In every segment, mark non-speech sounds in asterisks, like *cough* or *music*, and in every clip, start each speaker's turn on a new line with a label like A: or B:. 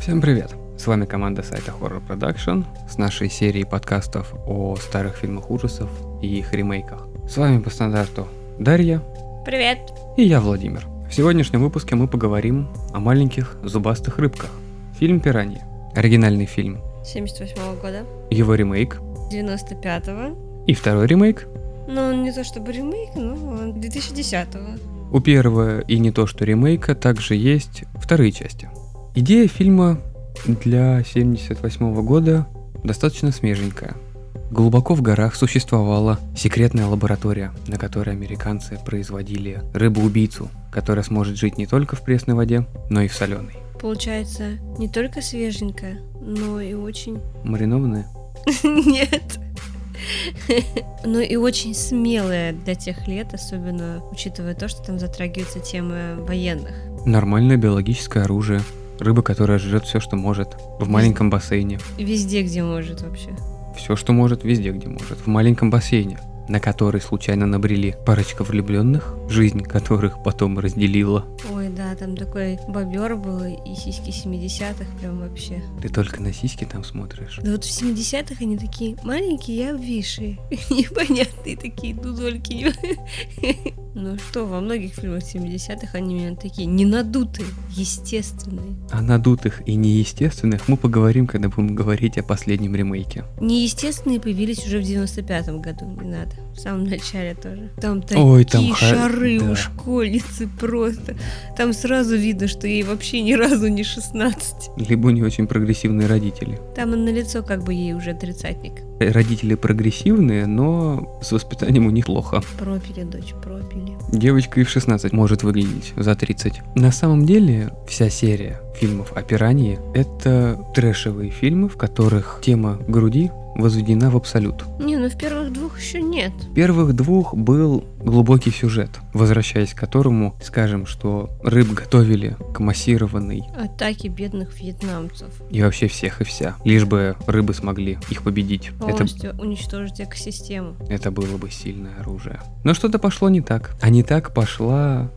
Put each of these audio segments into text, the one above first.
A: Всем привет! С вами команда сайта Horror Production с нашей серией подкастов о старых фильмах ужасов и их ремейках. С вами по стандарту Дарья
B: Привет.
A: и я, Владимир. В сегодняшнем выпуске мы поговорим о маленьких зубастых рыбках. Фильм «Пираньи». Оригинальный фильм.
B: 78 года.
A: Его ремейк.
B: 95-го.
A: И второй ремейк.
B: Ну, он не то чтобы ремейк, но 2010-го.
A: У первого и не то что ремейка также есть вторые части. Идея фильма для 1978 года достаточно свеженькая. Глубоко в горах существовала секретная лаборатория, на которой американцы производили рыбу-убийцу, которая сможет жить не только в пресной воде, но и в соленой.
B: Получается, не только свеженькая, но и очень...
A: Маринованная?
B: *laughs* Нет. *laughs* Но и очень смелая для тех лет, особенно учитывая то, что там затрагиваются темы военных.
A: Нормальное биологическое оружие. Рыба, которая жрет все, что может. В маленьком бассейне.
B: Везде, где может вообще.
A: Все, что может, везде, где может. В маленьком бассейне, на который случайно набрели парочка влюбленных, жизнь которых потом разделила.
B: Ой, да, там такой бобер был и сиськи 70-х прям вообще.
A: Ты только на сиськи там смотришь.
B: Да вот в 70-х они такие маленькие и обвисшие, *laughs* непонятные такие дудольки. *laughs* Ну что, во многих фильмах 70-х они именно такие, не надутые, естественные.
A: О надутых и неестественных мы поговорим, когда будем говорить о последнем ремейке.
B: Неестественные появились уже в 95-м году, не надо, в самом начале тоже. Там такие
A: Ой, там ха-
B: шары
A: да.
B: у школьницы просто. Там сразу видно, что ей вообще ни разу не 16.
A: Либо у нее очень прогрессивные родители.
B: Там на лицо как бы ей уже тридцатник.
A: Э, Родители прогрессивные, но с воспитанием у них плохо.
B: Пропили, дочь, пропили.
A: Девочка и в 16 может выглядеть за 30. На самом деле, вся серия фильмов о пиранье – это трэшевые фильмы, в которых тема груди возведена в абсолют.
B: Не, ну в первых двух еще нет.
A: В первых двух был глубокий сюжет, возвращаясь к которому, скажем, что рыб готовили к массированной
B: Атаки бедных вьетнамцев.
A: и вообще всех и вся, лишь бы рыбы смогли их победить. Это,
B: Полностью уничтожить экосистему.
A: это было бы сильное оружие. Но что-то пошло не так. А не так пошла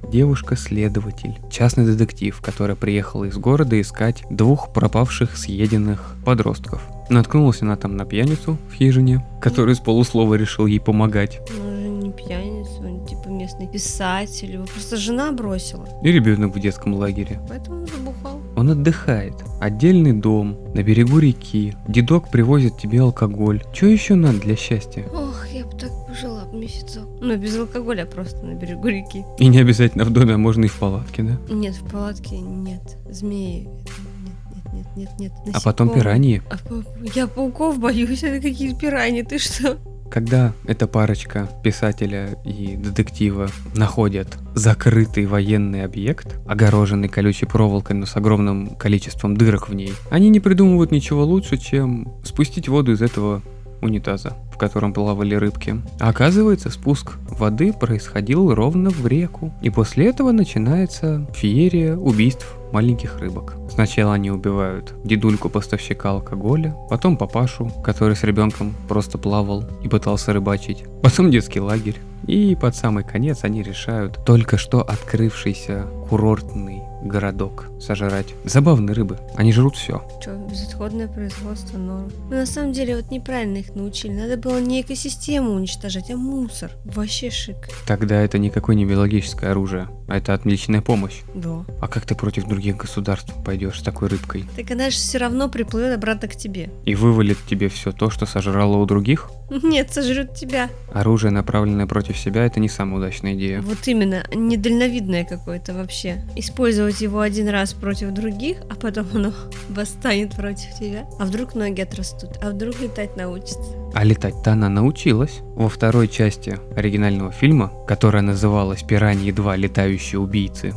A: девушка-следователь, частный детектив, которая приехала из города искать двух пропавших съеденных подростков. Наткнулась она там на пьяницу в хижине, который с полуслова решил ей помогать.
B: Он же не пьяница, он типа местный писатель. Его просто жена бросила.
A: И ребенок в детском лагере.
B: Поэтому он забухал.
A: Он отдыхает. Отдельный дом, на берегу реки. Дедок привозит тебе алкоголь. Чё еще надо для счастья?
B: Ох, я бы так пожила б месяцок. Ну, без алкоголя просто на берегу реки.
A: И не обязательно в доме, а можно и в палатке, да?
B: Нет, в палатке нет. Змеи. Нет, нет, нет, нет, нет.
A: А потом
B: насекомые.
A: пираньи.
B: А пау- Я пауков боюсь, это какие пираньи, ты что?
A: Когда эта парочка писателя и детектива находят закрытый военный объект, огороженный колючей проволокой, но с огромным количеством дырок в ней, они не придумывают ничего лучше, чем спустить воду из этого унитаза, в котором плавали рыбки. А оказывается, спуск воды происходил ровно в реку. И после этого начинается феерия убийств маленьких рыбок. Сначала они убивают дедульку поставщика алкоголя, потом папашу, который с ребенком просто плавал и пытался рыбачить, потом детский лагерь. И под самый конец они решают только что открывшийся курортный городок сожрать. Забавные рыбы, они жрут все.
B: Че, безотходное производство норм. Но на самом деле вот неправильно их научили. Надо было не экосистему уничтожать, а мусор. Вообще шик.
A: Тогда это никакое не биологическое оружие, а это отличная помощь.
B: Да.
A: А как ты против других государств пойдешь с такой рыбкой?
B: Так она же все равно приплывет обратно к тебе. *laughs*
A: И вывалит тебе все то, что сожрало у других?
B: Нет, сожрет тебя.
A: Оружие, направленное против себя, это не самая удачная идея.
B: Вот именно, недальновидное какое-то вообще. Использовать его один раз против других, а потом оно *laughs* восстанет против тебя. А вдруг ноги отрастут, а вдруг летать научится.
A: А летать-то она научилась. Во второй части оригинального фильма, которая называлась «Пираньи 2. Летающие убийцы»,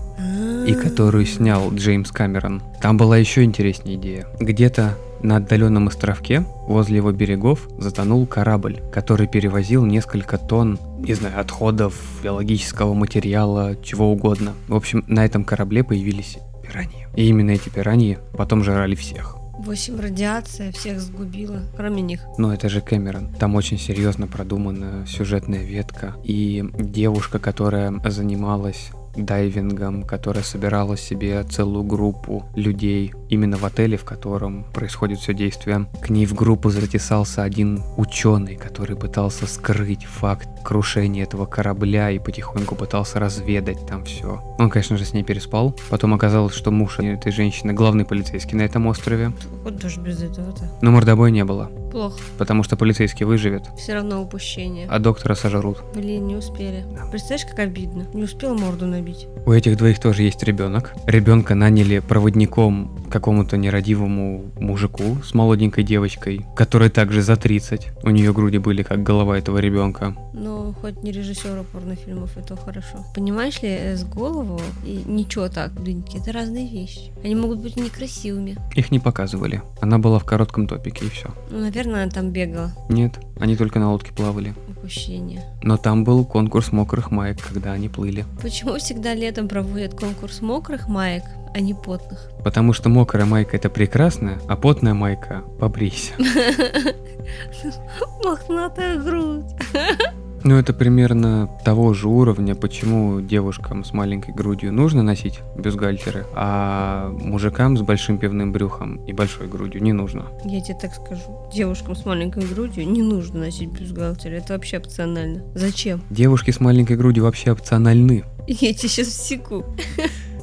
A: и которую снял Джеймс Камерон, там была еще интереснее идея. Где-то на отдаленном островке, возле его берегов, затонул корабль, который перевозил несколько тонн, не знаю, отходов, биологического материала, чего угодно. В общем, на этом корабле появились пираньи. И именно эти пираньи потом жрали всех.
B: Восемь радиация всех сгубила, кроме них.
A: Но это же Кэмерон. Там очень серьезно продумана сюжетная ветка. И девушка, которая занималась дайвингом, которая собирала себе целую группу людей именно в отеле, в котором происходит все действие. К ней в группу затесался один ученый, который пытался скрыть факт крушения этого корабля и потихоньку пытался разведать там все. Он, конечно же, с ней переспал. Потом оказалось, что муж этой женщины главный полицейский на этом острове.
B: Вот даже без этого-то.
A: Но мордобой не было,
B: Плохо.
A: потому что полицейский выживет,
B: Все равно упущение.
A: а доктора сожрут.
B: Блин, не успели.
A: Да.
B: Представляешь, как обидно. Не успела морду набить.
A: У этих двоих тоже есть ребенок. Ребенка наняли проводником к какому-то нерадивому мужику с молоденькой девочкой, которой также за 30. У нее груди были как голова этого ребенка.
B: Но хоть не режиссера порнофильмов, это хорошо. Понимаешь ли, э, с голову и ничего так, блинки, это разные вещи. Они могут быть некрасивыми.
A: Их не показывали. Она была в коротком топике и все.
B: Ну, наверное, она там бегала.
A: Нет, они только на лодке плавали.
B: Упущение.
A: Но там был конкурс мокрых маек, когда они плыли.
B: Почему всегда летом проводят конкурс мокрых маек, а не потных?
A: Потому что мокрая майка это прекрасно, а потная майка побрейся.
B: Мохнатая грудь.
A: Ну, это примерно того же уровня, почему девушкам с маленькой грудью нужно носить бюстгальтеры, а мужикам с большим пивным брюхом и большой грудью не нужно.
B: Я тебе так скажу. Девушкам с маленькой грудью не нужно носить бюстгальтер. Это вообще опционально. Зачем? *laughs*
A: Девушки с маленькой грудью вообще опциональны.
B: Я тебе сейчас всеку.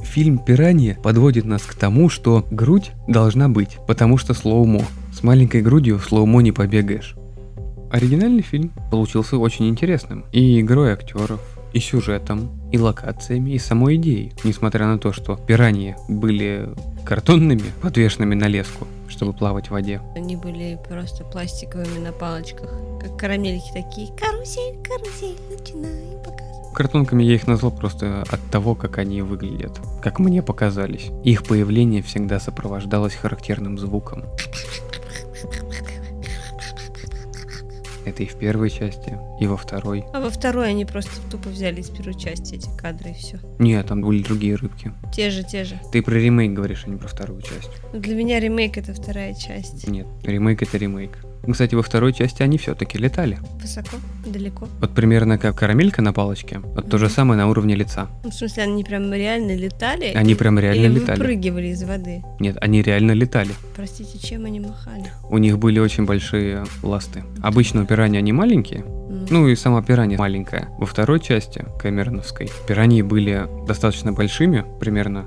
A: Фильм «Пираньи» подводит нас к тому, что грудь должна быть, потому что слоумо. С маленькой грудью в слоумо не побегаешь. Оригинальный фильм получился очень интересным. И игрой актеров, и сюжетом, и локациями, и самой идеей. Несмотря на то, что пираньи были картонными, подвешенными на леску, чтобы плавать в воде.
B: Они были просто пластиковыми на палочках. Как карамельки такие. Карусель, карусель, начинай показывай.
A: Картонками я их назвал просто от того, как они выглядят, как мне показались. Их появление всегда сопровождалось характерным звуком. Это и в первой части, и во второй.
B: А во второй они просто тупо взяли из первой части эти кадры и все.
A: Нет, там были другие рыбки.
B: Те же, те же.
A: Ты про ремейк говоришь, а не про вторую часть.
B: Но для меня ремейк это вторая часть.
A: Нет, ремейк это ремейк. Кстати, во второй части они все-таки летали.
B: Высоко, далеко.
A: Вот примерно как карамелька на палочке, вот то же
B: Мгм.
A: самое на уровне лица.
B: Ну, в смысле, они прям реально летали.
A: Они
B: и-
A: прям реально
B: или
A: летали.
B: выпрыгивали из воды.
A: Нет, они реально летали.
B: Простите, чем они махали?
A: У них были очень большие ласты. Обычно у пираньи они маленькие,
B: Ну,
A: ну и сама пиранья маленькая. Во второй части, Кэмероновской, пираньи были достаточно большими, примерно,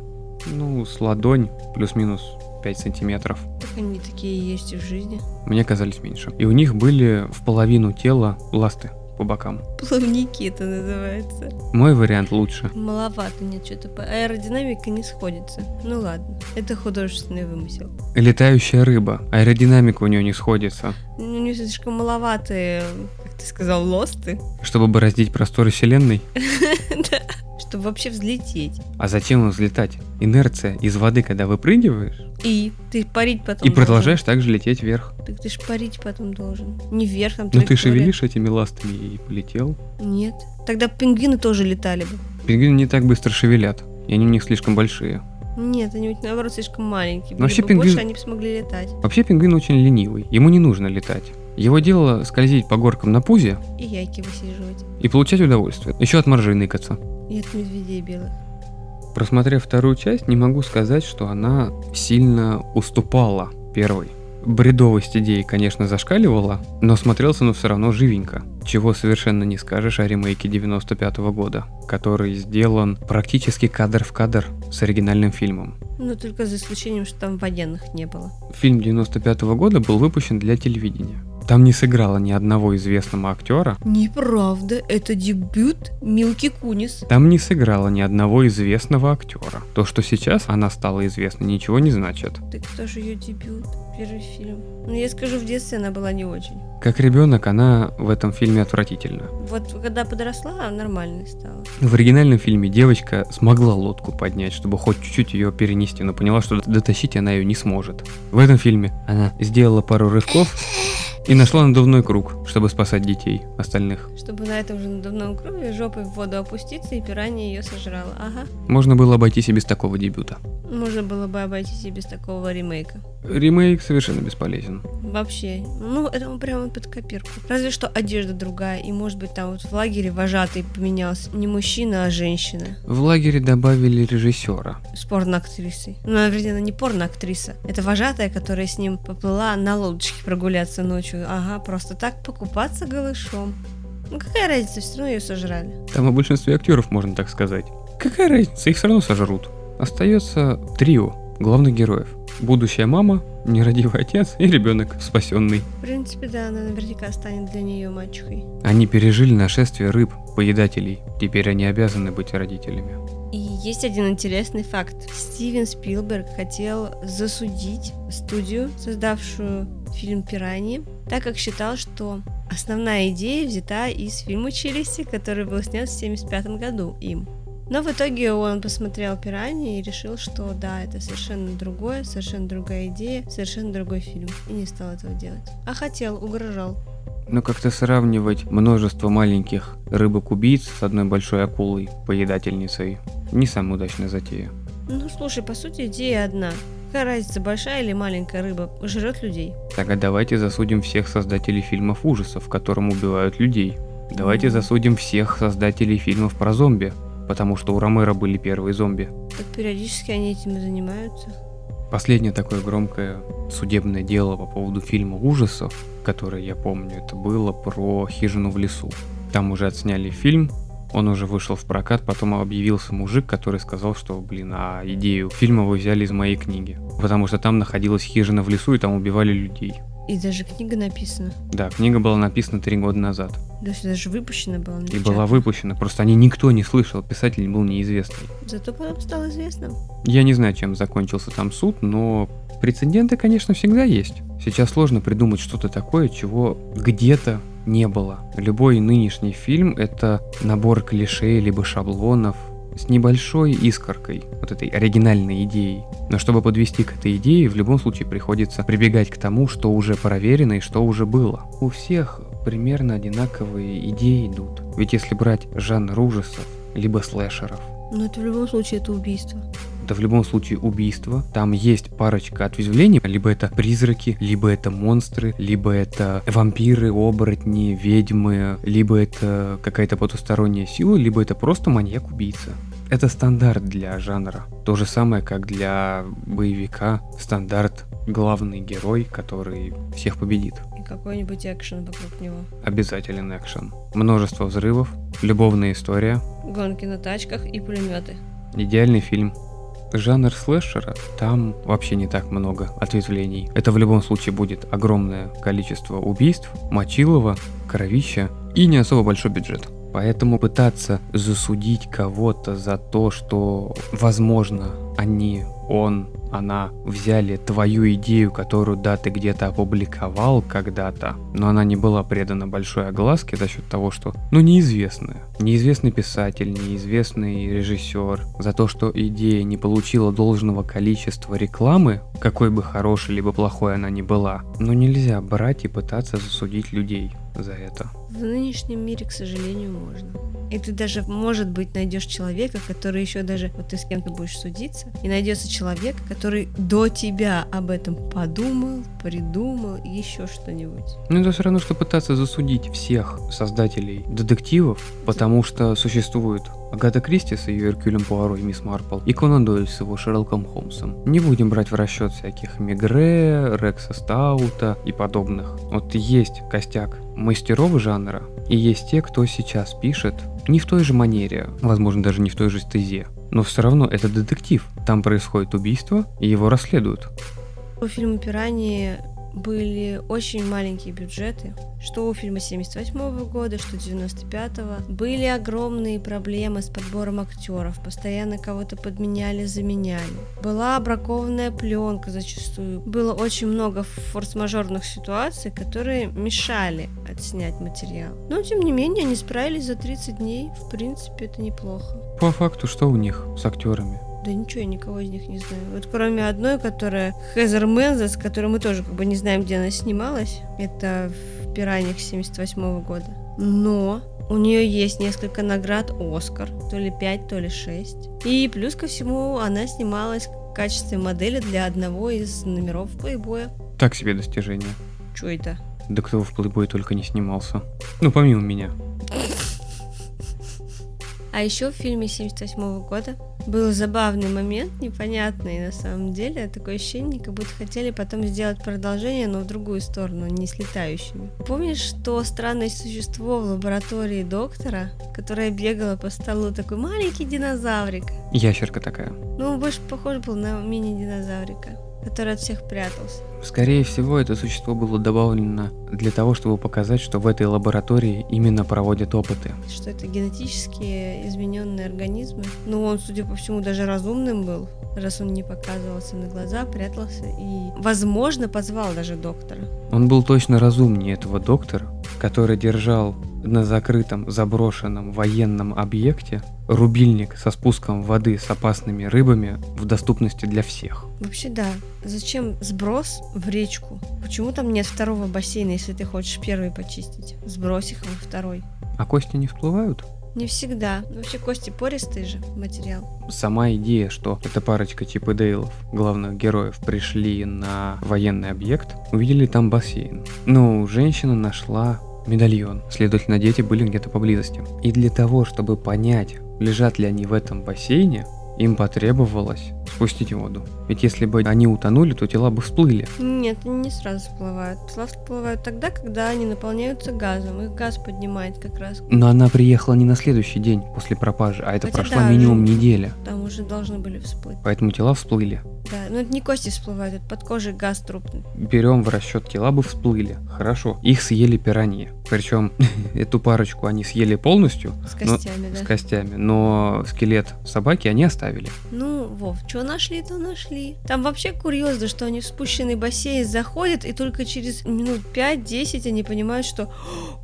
A: ну, с ладонь, плюс-минус 5 сантиметров.
B: так они такие и есть и в жизни.
A: Мне казались меньше. И у них были в половину тела ласты по бокам.
B: Плавники это называется.
A: Мой вариант лучше.
B: Маловато мне что-то по аэродинамика не сходится. Ну ладно, это художественный вымысел.
A: Летающая рыба. Аэродинамика у нее не сходится.
B: Ну, у нее слишком маловатые, как ты сказал, лосты.
A: Чтобы бороздить просторы вселенной.
B: Да. Чтобы вообще взлететь.
A: А зачем им взлетать? Инерция из воды, когда выпрыгиваешь,
B: И ты парить потом
A: и
B: должен.
A: продолжаешь также лететь вверх.
B: Так ты ж парить потом должен. Не вверх, там
A: Но Ну, ты
B: траектория.
A: шевелишь этими ластами и полетел.
B: Нет. Тогда пингвины тоже летали бы.
A: Пингвины не так быстро шевелят, и они у них слишком большие.
B: Нет, они ведь наоборот слишком маленькие. Были
A: Вообще
B: бы
A: пингвин-
B: больше, они бы смогли летать.
A: Вообще пингвин очень ленивый, ему не нужно летать. Его дело скользить по горкам на пузе
B: И яйки высиживать.
A: и получать удовольствие. Еще от моржи ныкаться.
B: И от медведей белых.
A: Просмотрев вторую часть, не могу сказать, что она сильно уступала первой. Бредовость идеи, конечно, зашкаливала, но смотрелся он все равно живенько. Чего совершенно не скажешь о ремейке 95 года, который сделан практически кадр в кадр с оригинальным фильмом.
B: Ну, только за исключением, что там военных не было.
A: Фильм 95 года был выпущен для телевидения. Там не сыграло ни одного известного актера,
B: Неправда, это дебют Милки Кунис.
A: там не сыграло ни одного известного актера. То, что сейчас она стала известна, ничего не значит.
B: Так кто же ее дебют? Первый фильм. Ну, я скажу, в детстве она была не очень.
A: Как ребенок, она в этом фильме отвратительна.
B: Вот когда подросла, нормальной стала.
A: В оригинальном фильме девочка смогла лодку поднять, чтобы хоть чуть-чуть ее перенести, но поняла, что дотащить она ее не сможет. В этом фильме она сделала пару рывков и нашла надувной круг, чтобы спасать детей остальных.
B: Чтобы на этом же надувном круге жопой в воду опуститься, и пиранья ее сожрала. Ага.
A: Можно было обойтись и без такого дебюта.
B: Можно было бы обойтись и без такого ремейка.
A: Ремейк совершенно бесполезен.
B: Вообще. Ну, это он прямо под копирку. Разве что одежда другая. И, может быть, там вот в лагере вожатый поменялся. Не мужчина, а женщина.
A: В лагере добавили режиссера.
B: С порноактрисой. Ну, вернее, она не порноактриса. Это вожатая, которая с ним поплыла на лодочке прогуляться ночью. Ага, просто так покупаться голышом. Ну, какая разница, все равно ее сожрали.
A: Там о большинстве актеров можно так сказать. Какая разница, их все равно сожрут. Остается трио главных героев. Будущая мама, нерадивый отец и ребенок, спасенный.
B: В принципе, да, она наверняка станет для нее мачехой.
A: Они пережили нашествие рыб, поедателей. Теперь они обязаны быть родителями.
B: И есть один интересный факт. Стивен Спилберг хотел засудить студию, создавшую фильм «Пираньи», так как считал, что основная идея взята из фильма «Челюсти», который был снят в 1975 году им. Но в итоге он посмотрел «Пираньи» и решил, что да, это совершенно другое, совершенно другая идея, совершенно другой фильм. И не стал этого делать. А хотел, угрожал.
A: Но как-то сравнивать множество маленьких рыбок-убийц с одной большой акулой, поедательницей, не самая удачная затея.
B: Ну, слушай, по сути, идея одна. Какая разница, большая или маленькая рыба жрет людей?
A: Тогда давайте засудим всех создателей фильмов ужасов, которым убивают людей. Давайте засудим всех создателей фильмов про зомби, потому что у Ромеро были первые зомби.
B: Так периодически они этим и занимаются.
A: Последнее такое громкое судебное дело по поводу фильма ужасов, которое я помню, это было про хижину в лесу. Там уже отсняли фильм, он уже вышел в прокат, потом объявился мужик, который сказал, что, блин, а идею фильма вы взяли из моей книги. Потому что там находилась хижина в лесу, и там убивали людей.
B: И даже книга написана.
A: Да, книга была написана три года назад.
B: То есть даже выпущена была.
A: И была
B: напечатана.
A: выпущена, просто они никто не слышал, писатель был неизвестный.
B: Зато потом стало известно.
A: Я не знаю, чем закончился там суд, но прецеденты, конечно, всегда есть. Сейчас сложно придумать что-то такое, чего где-то не было. Любой нынешний фильм — это набор клише либо шаблонов с небольшой искоркой, вот этой оригинальной идеей. Но чтобы подвести к этой идее, в любом случае приходится прибегать к тому, что уже проверено и что уже было. У всех примерно одинаковые идеи идут. Ведь если брать жанр ужасов, либо слэшеров,
B: Но это в любом случае это убийство.
A: это в любом случае убийство. Там есть парочка отвезвлений. Либо это призраки, либо это монстры, либо это вампиры, оборотни, ведьмы, либо это какая-то потусторонняя сила, либо это просто маньяк-убийца. Это стандарт для жанра. То же самое, как для боевика стандарт главный герой, который всех победит.
B: И какой-нибудь экшен вокруг него.
A: Обязателен экшен. Множество взрывов, любовная история,
B: Гонки на тачках и пулеметы.
A: Идеальный фильм. Жанр слэшера, там вообще не так много ответвлений. Это в любом случае будет огромное количество убийств, мочилова, кровища и не особо большой бюджет. Поэтому пытаться засудить кого-то за то, что, возможно, они, он, она взяли твою идею, которую, да, ты где-то опубликовал когда-то, но она не была предана большой огласке за счет того, что, ну, неизвестная. Неизвестный писатель, неизвестный режиссер. За то, что идея не получила должного количества рекламы, какой бы хорошей либо плохой она ни была, но нельзя брать и пытаться засудить людей за это.
B: В нынешнем мире, к сожалению, можно. И ты даже, может быть, найдешь человека, который еще даже, вот ты с кем-то будешь судиться, и найдется человек, который до тебя об этом подумал, придумал, и еще что-нибудь.
A: Ну это все равно, что пытаться засудить всех создателей детективов, потому что существует Агата Кристи с ее Эркюлем Пуаро и Мисс Марпл, и Конан Дойль с его Шерлоком Холмсом. Не будем брать в расчет всяких Мегре, Рекса Стаута и подобных. Вот есть костяк мастеров жанра, и есть те, кто сейчас пишет не в той же манере, возможно, даже не в той же стезе. Но все равно это детектив. Там происходит убийство, и его расследуют.
B: У фильма «Пираньи» были очень маленькие бюджеты, что у фильма 78 года, что 95-го. Были огромные проблемы с подбором актеров, постоянно кого-то подменяли, заменяли. Была бракованная пленка зачастую. Было очень много форс-мажорных ситуаций, которые мешали отснять материал. Но, тем не менее, они справились за 30 дней. В принципе, это неплохо.
A: По факту, что у них с актерами?
B: Да ничего, я никого из них не знаю. Вот кроме одной, которая Хезер Мензес, которую мы тоже как бы не знаем, где она снималась. Это в «Пираньях» 78 года. Но у нее есть несколько наград «Оскар», то ли 5, то ли 6. И плюс ко всему она снималась в качестве модели для одного из номеров плейбоя.
A: Так себе достижение.
B: Чё это?
A: Да кто в плейбой только не снимался. Ну, помимо меня.
B: А еще в фильме 78 года был забавный момент, непонятный на самом деле. Такое ощущение, как будто хотели потом сделать продолжение, но в другую сторону, не с летающими. Помнишь то странное существо в лаборатории доктора, которое бегало по столу, такой маленький динозаврик?
A: Ящерка такая.
B: Ну, он больше похож был на мини-динозаврика, который от всех прятался.
A: Скорее всего, это существо было добавлено для того, чтобы показать, что в этой лаборатории именно проводят опыты.
B: Что это генетически измененные организмы. Ну, он, судя по всему, даже разумным был, раз он не показывался на глаза, прятался и, возможно, позвал даже доктора.
A: Он был точно разумнее этого доктора, который держал на закрытом заброшенном военном объекте рубильник со спуском воды с опасными рыбами в доступности для всех.
B: Вообще, да. Зачем сброс в речку? Почему там нет второго бассейна, если ты хочешь первый почистить? Сбрось их во второй.
A: А кости не всплывают?
B: Не всегда. Вообще кости пористый же материал.
A: Сама идея, что эта парочка Чип и Дейлов, главных героев, пришли на военный объект, увидели там бассейн. Ну, женщина нашла медальон. Следовательно, дети были где-то поблизости. И для того, чтобы понять, лежат ли они в этом бассейне, им потребовалось спустить воду. Ведь если бы они утонули, то тела бы всплыли.
B: Нет, не сразу всплывают. Тела всплывают тогда, когда они наполняются газом. Их газ поднимает как раз.
A: Но она приехала не на следующий день после пропажи, а это
B: Хотя
A: прошла
B: да,
A: минимум
B: ну-
A: неделя.
B: Там уже должны были всплыть.
A: Поэтому тела всплыли.
B: Да, ну это не кости всплывают, это под кожей газ трупный.
A: берем в расчет тела бы всплыли. Хорошо. Их съели пираньи. Причем *laughs* эту парочку они съели полностью
B: С
A: Ну,
B: костями, да.
A: с костями, но скелет собаки они оставили.
B: Ну, Вов, что нашли, то нашли. Там вообще курьезно, что они в спущенный бассейн заходят, и только через минут 5-10 они понимают, что «О,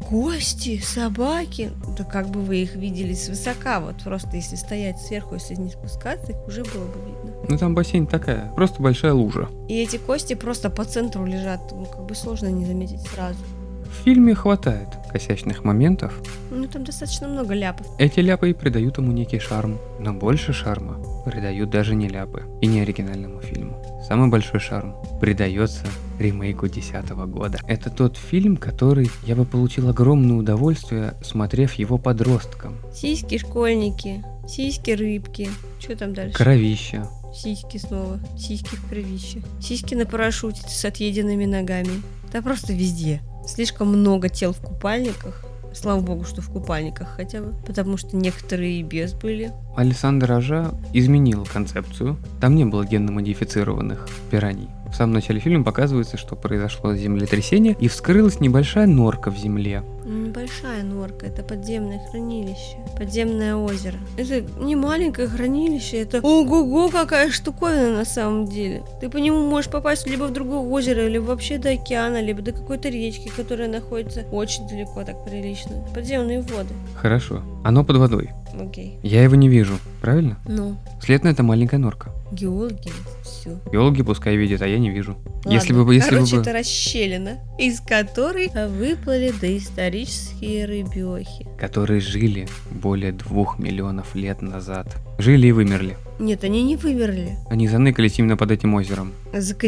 B: гости, собаки. Да как бы вы их видели свысока, вот просто если стоять сверху, если не спускаться, их уже было бы видно.
A: Ну там бассейн такая, просто большая лужа.
B: И эти кости просто по центру лежат, ну как бы сложно не заметить сразу.
A: В фильме хватает косячных моментов.
B: Ну там достаточно много ляпов.
A: Эти ляпы и придают ему некий шарм. Но больше шарма придают даже не ляпы и не оригинальному фильму. Самый большой шарм придается ремейку 2010 года. Это тот фильм, который я бы получил огромное удовольствие, смотрев его подростком.
B: Сиськи школьники, сиськи рыбки. Что там дальше?
A: Кровища,
B: Сиськи снова. Сиськи в кровище. Сиськи на парашюте с отъеденными ногами. Да просто везде. Слишком много тел в купальниках. Слава богу, что в купальниках хотя бы. Потому что некоторые и без были.
A: Александр Ажа изменил концепцию. Там не было генно-модифицированных пираний. В самом начале фильма показывается, что произошло землетрясение и вскрылась небольшая норка в земле.
B: Небольшая норка, это подземное хранилище, подземное озеро. Это не маленькое хранилище, это ого-го, какая штуковина на самом деле. Ты по нему можешь попасть либо в другое озеро, либо вообще до океана, либо до какой-то речки, которая находится очень далеко, так прилично. Подземные воды.
A: Хорошо. Оно под водой.
B: Окей.
A: Я его не вижу, правильно?
B: Ну,
A: Следно это маленькая норка.
B: геологи, все.
A: Биологи пускай видят, а я не вижу. Если бы, если
B: Короче,
A: бы...
B: это расщелина, из которой выплыли доисторические рыбехи.
A: Которые жили более двух миллионов лет назад. Жили и вымерли.
B: Нет, они не вымерли.
A: Они заныкались именно под этим озером.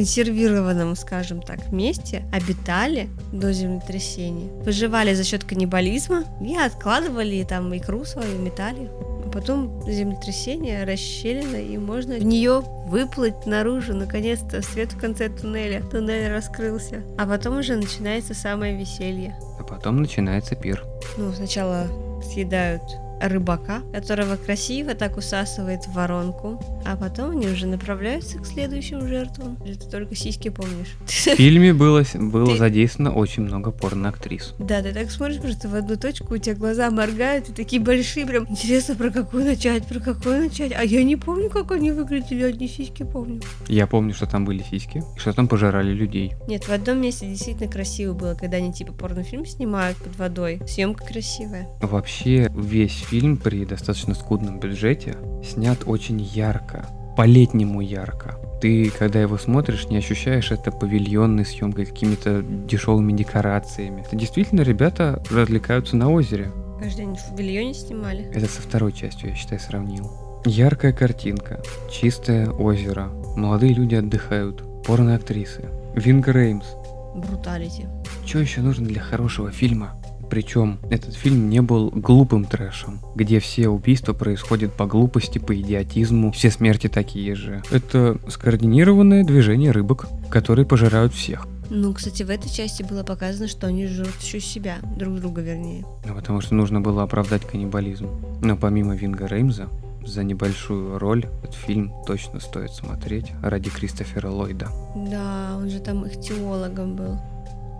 B: законсервированном, скажем так, месте обитали до землетрясения, выживали за счет каннибализма и откладывали там икру свою, метали. А Потом землетрясение расщелина, и можно в нее выплыть наружу, наконец-то, свет в конце туннеля. Туннель раскрылся. А потом уже начинается самое веселье.
A: А потом начинается пир.
B: Ну, сначала съедают рыбака, которого красиво так усасывает в воронку, а потом они уже направляются к следующим жертвам. Или ты только сиськи помнишь? *laughs*
A: В фильме было, было
B: Ты-
A: задействовано очень много порноактрис.
B: Да, ты так смотришь просто в одну точку, у тебя глаза моргают, и такие большие, прям интересно, про какую начать, про какую начать. А я не помню, как они выглядели, одни сиськи помню.
A: Я помню, что там были сиськи, и что там пожирали людей.
B: Нет, в одном месте действительно красиво было, когда они типа порнофильм снимают под водой. Съемка красивая.
A: Вообще, весь фильм при достаточно скудном бюджете снят очень ярко, по-летнему ярко. Ты, когда его смотришь, не ощущаешь это павильонной съемкой, какими-то дешевыми декорациями. Это действительно ребята развлекаются на озере.
B: Каждый день в павильоне снимали.
A: Это со второй частью, я считаю, сравнил. Яркая картинка, чистое озеро, Молодые люди отдыхают. Порноактрисы. Винка Реймс.
B: Бруталити.
A: Что еще нужно для хорошего фильма? Причем этот фильм не был глупым трэшем, где все убийства происходят по глупости, по идиотизму, все смерти такие же. Это скоординированное движение рыбок, которые пожирают всех.
B: Ну, кстати, в этой части было показано, что они жрут еще себя, друг друга вернее.
A: Ну, Потому что нужно было оправдать каннибализм. Но помимо Винга Реймза, за небольшую роль этот фильм точно стоит смотреть ради Кристофера Ллойда.
B: Да, он же там их теологом был.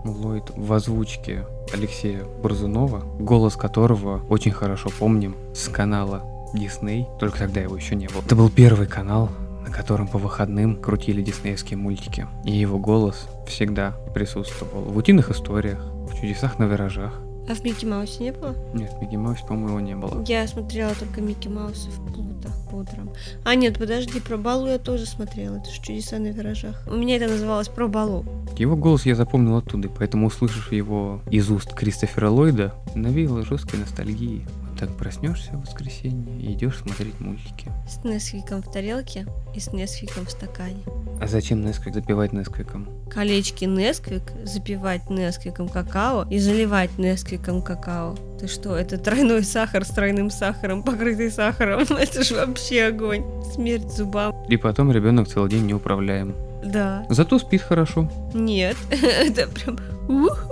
A: Ллойд в озвучке Алексея Борзунова, голос которого очень хорошо помним с канала Дисней, только тогда его еще не было. Это был первый канал, на котором по выходным крутили диснеевские мультики. И его голос всегда присутствовал в утиных историях, в чудесах на виражах.
B: А в Микки Маусе не было?
A: Нет, Микки Маус, по-моему, его не было.
B: Я смотрела только Микки Мауса в Плутах по утрам. А нет, подожди, про Балу я тоже смотрела. Это же чудеса на виражах. У меня это называлось про Балу.
A: Его голос я запомнил оттуда, и поэтому, услышав его из уст Кристофера Ллойда, навеяло жесткой ностальгии. Вот Так проснешься в воскресенье и идешь смотреть мультики.
B: С Несквиком в тарелке и с Несквиком в стакане.
A: А зачем Несквик запивать Несквиком?
B: Колечки Несквик, запивать Несквиком какао и заливать Несквиком какао. Ты что, это тройной сахар с тройным сахаром, покрытый сахаром. *laughs* Это же вообще огонь. Смерть зубам.
A: И потом ребенок целый день неуправляем.
B: Да.
A: Зато спит хорошо.
B: Нет. *laughs* Это прям... ух.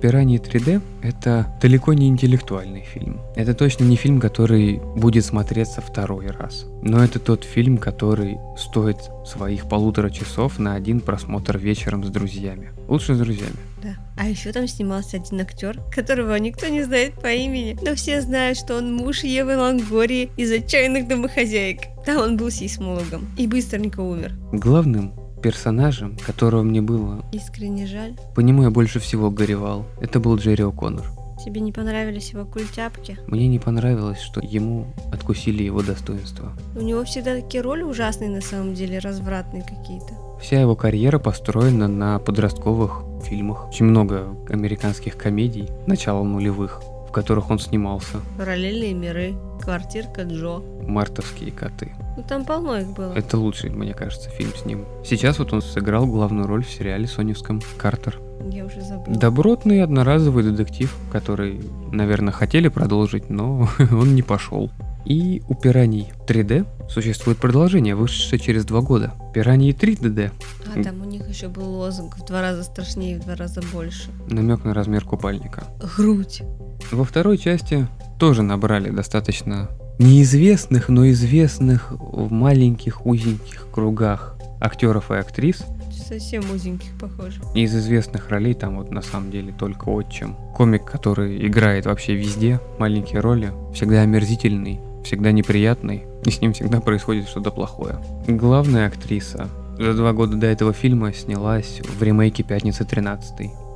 A: «Пираньи 3D» — это далеко не интеллектуальный фильм. Это точно не фильм, который будет смотреться второй раз. Но это тот фильм, который стоит своих полутора часов на один просмотр вечером с друзьями. Лучше с друзьями.
B: Да. А еще там снимался один актер, которого никто не знает по имени, но все знают, что он муж Евы Лонгории из отчаянных домохозяек. Там он был сейсмологом и быстренько умер.
A: Главным персонажем, которого мне было,
B: Искренне жаль.
A: по нему я больше всего горевал, это был Джерри О'Коннор.
B: Тебе не понравились его культяпки?
A: Мне не понравилось, что ему откусили его достоинство.
B: У него всегда такие роли ужасные на самом деле, развратные какие-то.
A: Вся его карьера построена на подростковых фильмах. Очень много американских комедий начала нулевых, в которых он снимался.
B: Параллельные миры, квартирка Джо.
A: «Мартовские коты».
B: Ну там полно их было.
A: Это лучший, мне кажется, фильм с ним. Сейчас вот он сыграл главную роль в сериале «Соневском» Картер.
B: Я уже забыла.
A: Добротный одноразовый детектив, который, наверное, хотели продолжить, но *laughs* он не пошел. И у «Пираний 3D» существует продолжение, вышедшее через два года. «Пираньи 3D»
B: А там у них еще был лозунг в два раза страшнее, в два раза больше.
A: — намек на размер купальника.
B: Грудь.
A: Во второй части тоже набрали достаточно неизвестных, но известных в маленьких узеньких кругах актеров и актрис.
B: Совсем узеньких похоже.
A: Из известных ролей там вот на самом деле только отчим. Комик, который играет вообще везде, маленькие роли, всегда омерзительный, всегда неприятный, и с ним всегда происходит что-то плохое. Главная актриса за два года до этого фильма снялась в ремейке «Пятница 13».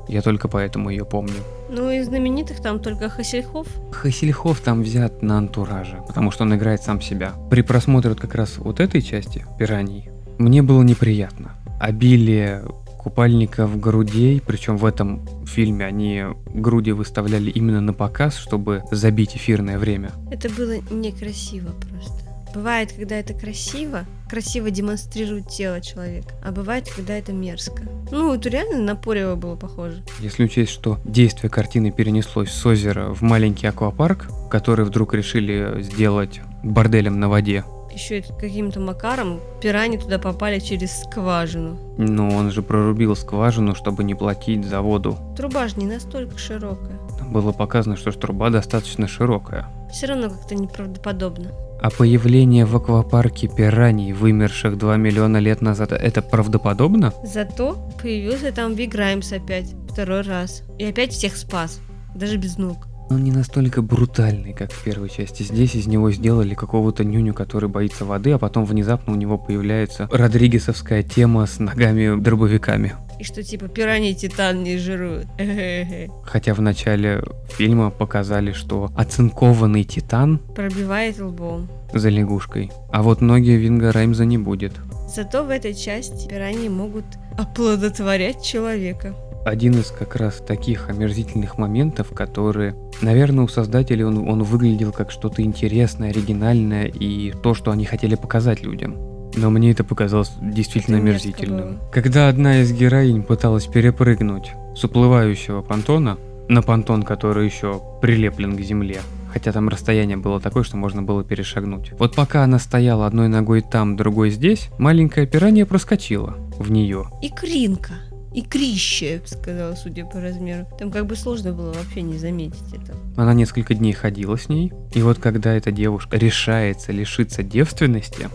A: Я только поэтому ее помню.
B: Ну и знаменитых там только Хасельхов.
A: Хасельхов там взят на антураже, потому что он играет сам себя. При просмотре вот как раз вот этой части «Пираний» мне было неприятно. Обилие купальников грудей, причем в этом фильме они груди выставляли именно на показ, чтобы забить эфирное время.
B: Это было некрасиво просто. Бывает, когда это красиво, красиво демонстрирует тело человека, а бывает, когда это мерзко. Ну, это реально на Порева было похоже.
A: Если учесть, что действие картины перенеслось с озера в маленький аквапарк, который вдруг решили сделать борделем на воде,
B: Еще это каким-то макаром пирани туда попали через скважину.
A: но он же прорубил скважину, чтобы не платить за воду.
B: Труба же не настолько широкая.
A: Там было показано, что ж труба достаточно широкая.
B: Все равно как-то неправдоподобно.
A: А появление в аквапарке пираний, вымерших 2 миллиона лет назад, это правдоподобно?
B: Зато появился там Биг Раймс опять, второй раз. И опять всех спас, даже без ног.
A: Он не настолько брутальный, как в первой части. Здесь из него сделали какого-то нюню, который боится воды, а потом внезапно у него появляется родригесовская тема с ногами-дробовиками.
B: И что типа пираньи и титан не жируют. Эхе-хе.
A: Хотя в начале фильма показали, что оцинкованный титан
B: Пробивает лбом.
A: за лягушкой, а вот ноги Винга Раймза не будет.
B: Зато в этой части пираньи могут оплодотворять человека.
A: один из как раз таких омерзительных моментов, которые, наверное, у создателей он, он выглядел как что-то интересное, оригинальное и то, что они хотели показать людям. Но мне это показалось действительно
B: Это мерзко
A: мерзительным.
B: было.
A: Когда одна из героинь пыталась перепрыгнуть с уплывающего понтона на понтон, который еще прилеплен к земле, хотя там расстояние было такое, что можно было перешагнуть. Вот пока она стояла одной ногой там, другой здесь, маленькое пиранье проскочило в нее.
B: Икринка. Икрище, я бы сказала, судя по размеру. Там как бы сложно было вообще не заметить это.
A: Она несколько дней ходила с ней, и вот когда эта девушка решается лишиться девственности,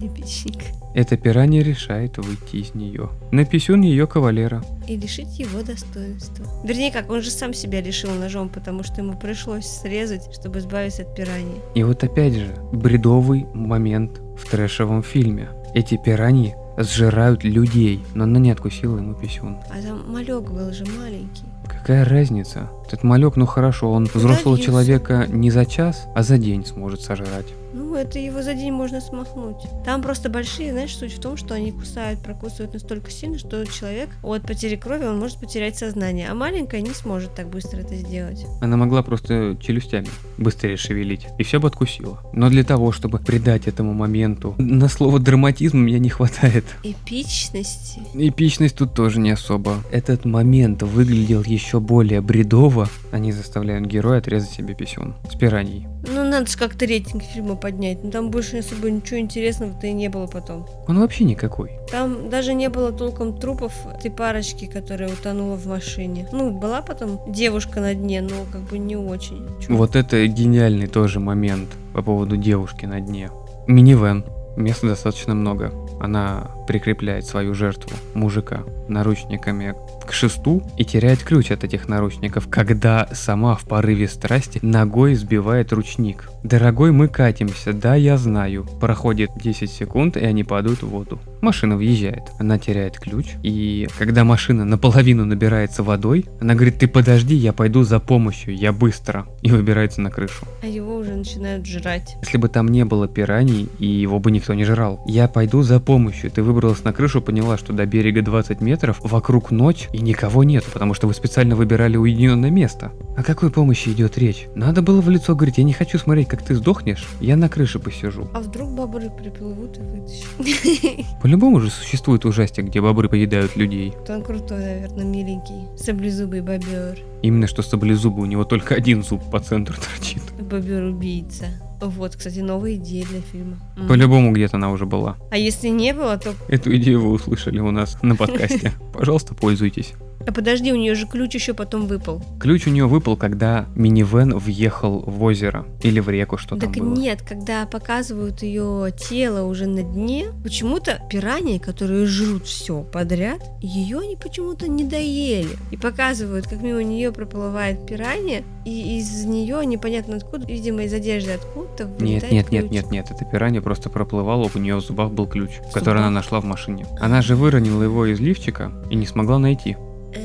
B: Эпичник.
A: это пиранье решает выйти из нее. На писюн ее кавалера.
B: И лишить его достоинства. Вернее, как, он же сам себя лишил ножом, потому что ему пришлось срезать, чтобы избавиться от пираний.
A: И вот опять же, бредовый момент в трэшевом фильме. Эти пираньи сжирают людей, но она не откусила ему писюн.
B: А там малек был же маленький.
A: Какая разница? Этот малек, ну хорошо, он взрослого
B: Разница.
A: человека не за час, а за день сможет сожрать.
B: Ну, это его за день можно смахнуть. Там просто большие, знаешь, суть в том, что они кусают, прокусывают настолько сильно, что человек от потери крови он может потерять сознание, а маленькая не сможет так быстро это сделать.
A: Она могла просто челюстями быстрее шевелить, и все бы откусила. Но для того, чтобы придать этому моменту, на слово драматизм мне не хватает.
B: Эпичности.
A: Эпичность тут тоже не особо. Этот момент выглядел еще более бредово. Они заставляют героя отрезать себе писюн с пираньей.
B: Ну, надо же как-то рейтинг фильма поднять. Но там больше особо ничего интересного-то и не было потом.
A: Он вообще никакой.
B: Там даже не было толком трупов этой парочки, которая утонула в машине. Ну, была потом девушка на дне, но как бы не очень. Чё?
A: Вот это гениальный тоже момент по поводу девушки на дне. Минивэн. Места достаточно много. Она прикрепляет свою жертву, мужика, наручниками к шесту и теряет ключ от этих наручников, когда сама в порыве страсти ногой сбивает ручник. «Дорогой, мы катимся, да, я знаю». Проходит 10 секунд, и они падают в воду. Машина въезжает, она теряет ключ, и когда машина наполовину набирается водой, она говорит, ты подожди, я пойду за помощью, я быстро, и выбирается на крышу.
B: А его уже начинают жрать.
A: Если бы там не было пираний, и его бы никто не жрал. Я пойду за помощью. Ты выбралась на крышу, поняла, что до берега 20 метров, вокруг ночь, и никого нет, потому что вы специально выбирали уединенное место. О какой помощи идет речь? Надо было в лицо говорить, я не хочу смотреть, как ты сдохнешь, я на крыше посижу.
B: А вдруг бобры приплывут и вытащат?
A: *laughs* По-любому же существует ужастик, где бобры поедают людей.
B: Вот Он крутой, наверное, миленький. Саблезубый бобер.
A: Именно что саблезубы, у него только один зуб по центру торчит.
B: Бобер-убийца. Вот, кстати, новая идея для фильма. М.
A: По-любому где-то она уже была.
B: А если не было, то...
A: Эту идею вы услышали у нас на подкасте. Пожалуйста, пользуйтесь.
B: А подожди, у нее же ключ еще потом выпал.
A: Ключ у нее выпал, когда минивэн въехал в озеро или в реку, что
B: так
A: там было.
B: нет, когда показывают ее тело уже на дне, почему-то пираньи, которые жрут все подряд, ее они почему-то не доели. И показывают, как мимо нее проплывает пиранья, и из нее непонятно откуда, видимо, из одежды откуда-то
A: Нет,
B: вылетает
A: нет, нет,
B: ключ.
A: нет, нет, это пиранья просто проплывала, у нее в зубах был ключ,
B: В
A: который она
B: зубах?
A: нашла в машине. Она же выронила его из лифчика и не смогла найти.
B: Э,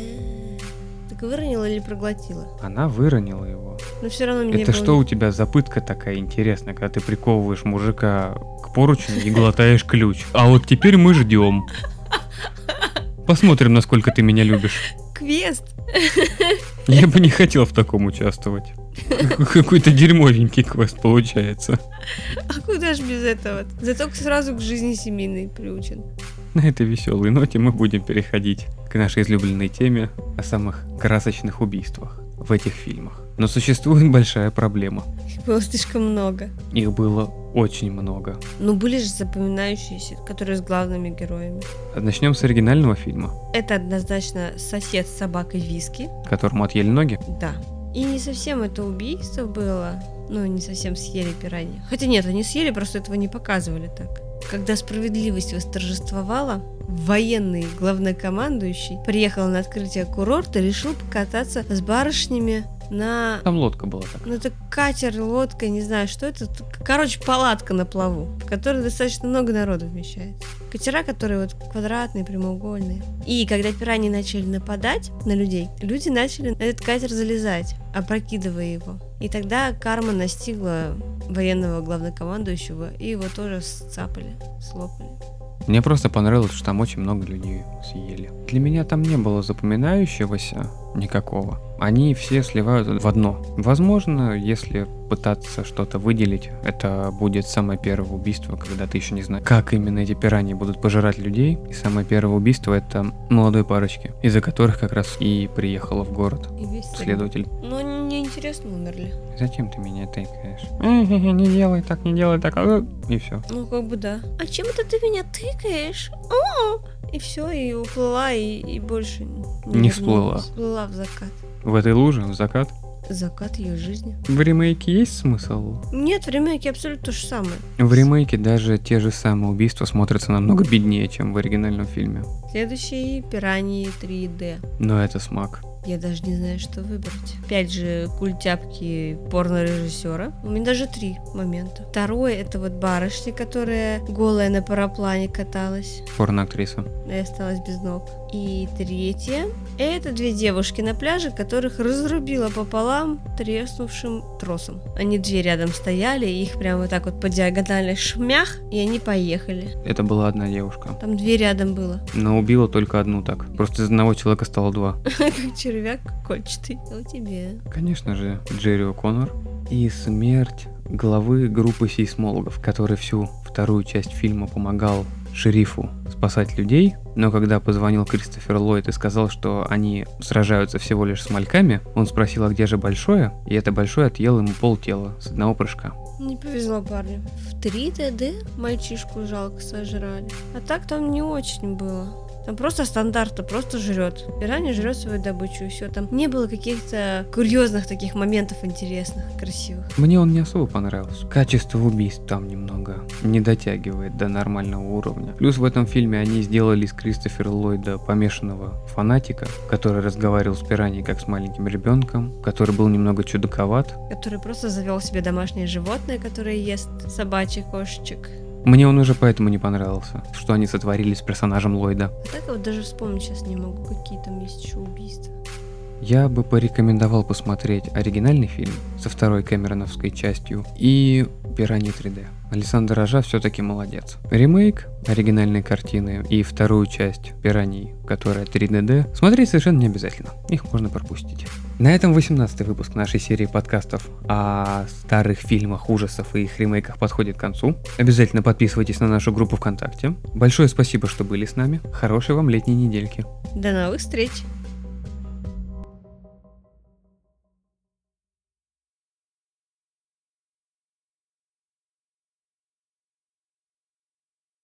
B: Так выронила или проглотила?
A: Она выронила его.
B: Но все равно мне
A: это
B: было
A: что у тебя за пытка такая интересная, когда ты приковываешь мужика к поручню и глотаешь ключ. А вот теперь мы ждем. Посмотрим, насколько ты меня любишь.
B: квест. *laughs*
A: Я бы не хотел в таком участвовать. Какой-то дерьмовенький квест получается.
B: А куда ж без этого? Зато сразу к жизни семейной приучен.
A: На этой веселой ноте мы будем переходить к нашей излюбленной теме о самых красочных убийствах в этих фильмах. Но существует *laughs* большая проблема.
B: Их было слишком много.
A: Их было очень много.
B: Но были же запоминающиеся, которые с главными героями.
A: Начнем с оригинального фильма,
B: Это однозначно сосед с собакой Виски.
A: которому отъели ноги.
B: Да. И не совсем это убийство было. Ну, не совсем съели пираньи. Хотя нет, они съели, просто этого не показывали так. Когда справедливость восторжествовала, военный главнокомандующий приехал на открытие курорта и решил покататься с барышнями на
A: Там лодка была так.
B: Ну это катер, лодка, не знаю, что это. Т- Короче, палатка на плаву, в которой достаточно много народу вмещает. Катера, которые вот квадратные, прямоугольные. И когда пираньи начали нападать на людей, люди начали на этот катер залезать, опрокидывая его. И тогда карма настигла военного главнокомандующего, и его тоже сцапали, слопали.
A: Мне просто понравилось, что там очень много людей съели. Для меня там не было запоминающегося никакого. они все сливают в одно. Возможно, если пытаться что-то выделить, это будет самое первое убийство, когда ты еще не знаешь, как именно эти пираньи будут пожирать людей. И самое первое убийство это молодой парочки, из-за которых как раз и приехала в город
B: И весь сериал.
A: следователь.
B: Но они неинтересно умерли.
A: Зачем ты меня тыкаешь? Не делай так, не делай так. а, И все.
B: Ну, как бы да. А чем это ты меня тыкаешь? О! И все, и уплыла, и, и больше не, вернулась.
A: всплыла.
B: Всплыла в закат.
A: В этой луже, в закат.
B: Закат ее жизни.
A: В ремейке есть смысл?
B: Нет, в ремейке абсолютно то же самое.
A: В ремейке даже те же самые убийства смотрятся намного беднее, чем в оригинальном фильме.
B: Следующий пираньи 3D.
A: Но это смак.
B: Я даже не знаю, что выбрать. Опять же, культяпки порно-режиссера. У меня даже три момента. Второе, это вот барышня, которая голая на параплане каталась.
A: Порноактриса.
B: и осталась без ног. И третье – это две девушки на пляже, которых разрубила пополам треснувшим тросом. Они две рядом стояли, и их прямо вот так вот по диагонали шмях, и они поехали.
A: Это была одна девушка.
B: Там две рядом
A: *laughs*
B: было.
A: Но убила только одну так. Просто из одного человека стало два.
B: Как червяк кольчатый. А у тебе?
A: Конечно же, Джерри О'Коннор. И смерть главы группы сейсмологов, который всю вторую часть фильма помогал шерифу спасать людей, но когда позвонил Кристофер Ллойд и сказал, что они сражаются всего лишь с мальками, он спросил, а где же большое, и это большое отъело ему пол тела с одного прыжка.
B: Не повезло парню. В 3DD мальчишку жалко сожрали. А так там не очень было. Там просто стандартно, просто жрет. Пиранья жрет свою добычу, и все. Там не было каких-то курьезных таких моментов интересных, красивых.
A: Мне он не особо понравился. Качество убийств там немного не дотягивает до нормального уровня. Плюс в этом фильме они сделали из Кристофера Ллойда помешанного фанатика, который разговаривал с пираней как с маленьким ребенком, который был немного чудаковат.
B: который просто завел себе домашнее животное, которое ест собачьих кошечек.
A: Мне он уже поэтому не понравился, что они сотворили с персонажем Ллойда.
B: А так я вот даже вспомнить сейчас не могу, какие там есть еще убийства.
A: Я бы порекомендовал посмотреть оригинальный фильм со второй кэмероновской частью и «Пираньи 3D». Александр Рожа все-таки молодец. Ремейк оригинальной картины и вторую часть «Пираний», которая 3DD, смотреть совершенно не обязательно. Их можно пропустить. На этом 18 выпуск нашей серии подкастов о старых фильмах ужасов и их ремейках подходит к концу. Обязательно подписывайтесь на нашу группу ВКонтакте. Большое спасибо, что были с нами. Хорошей вам летней недельки.
B: До новых встреч!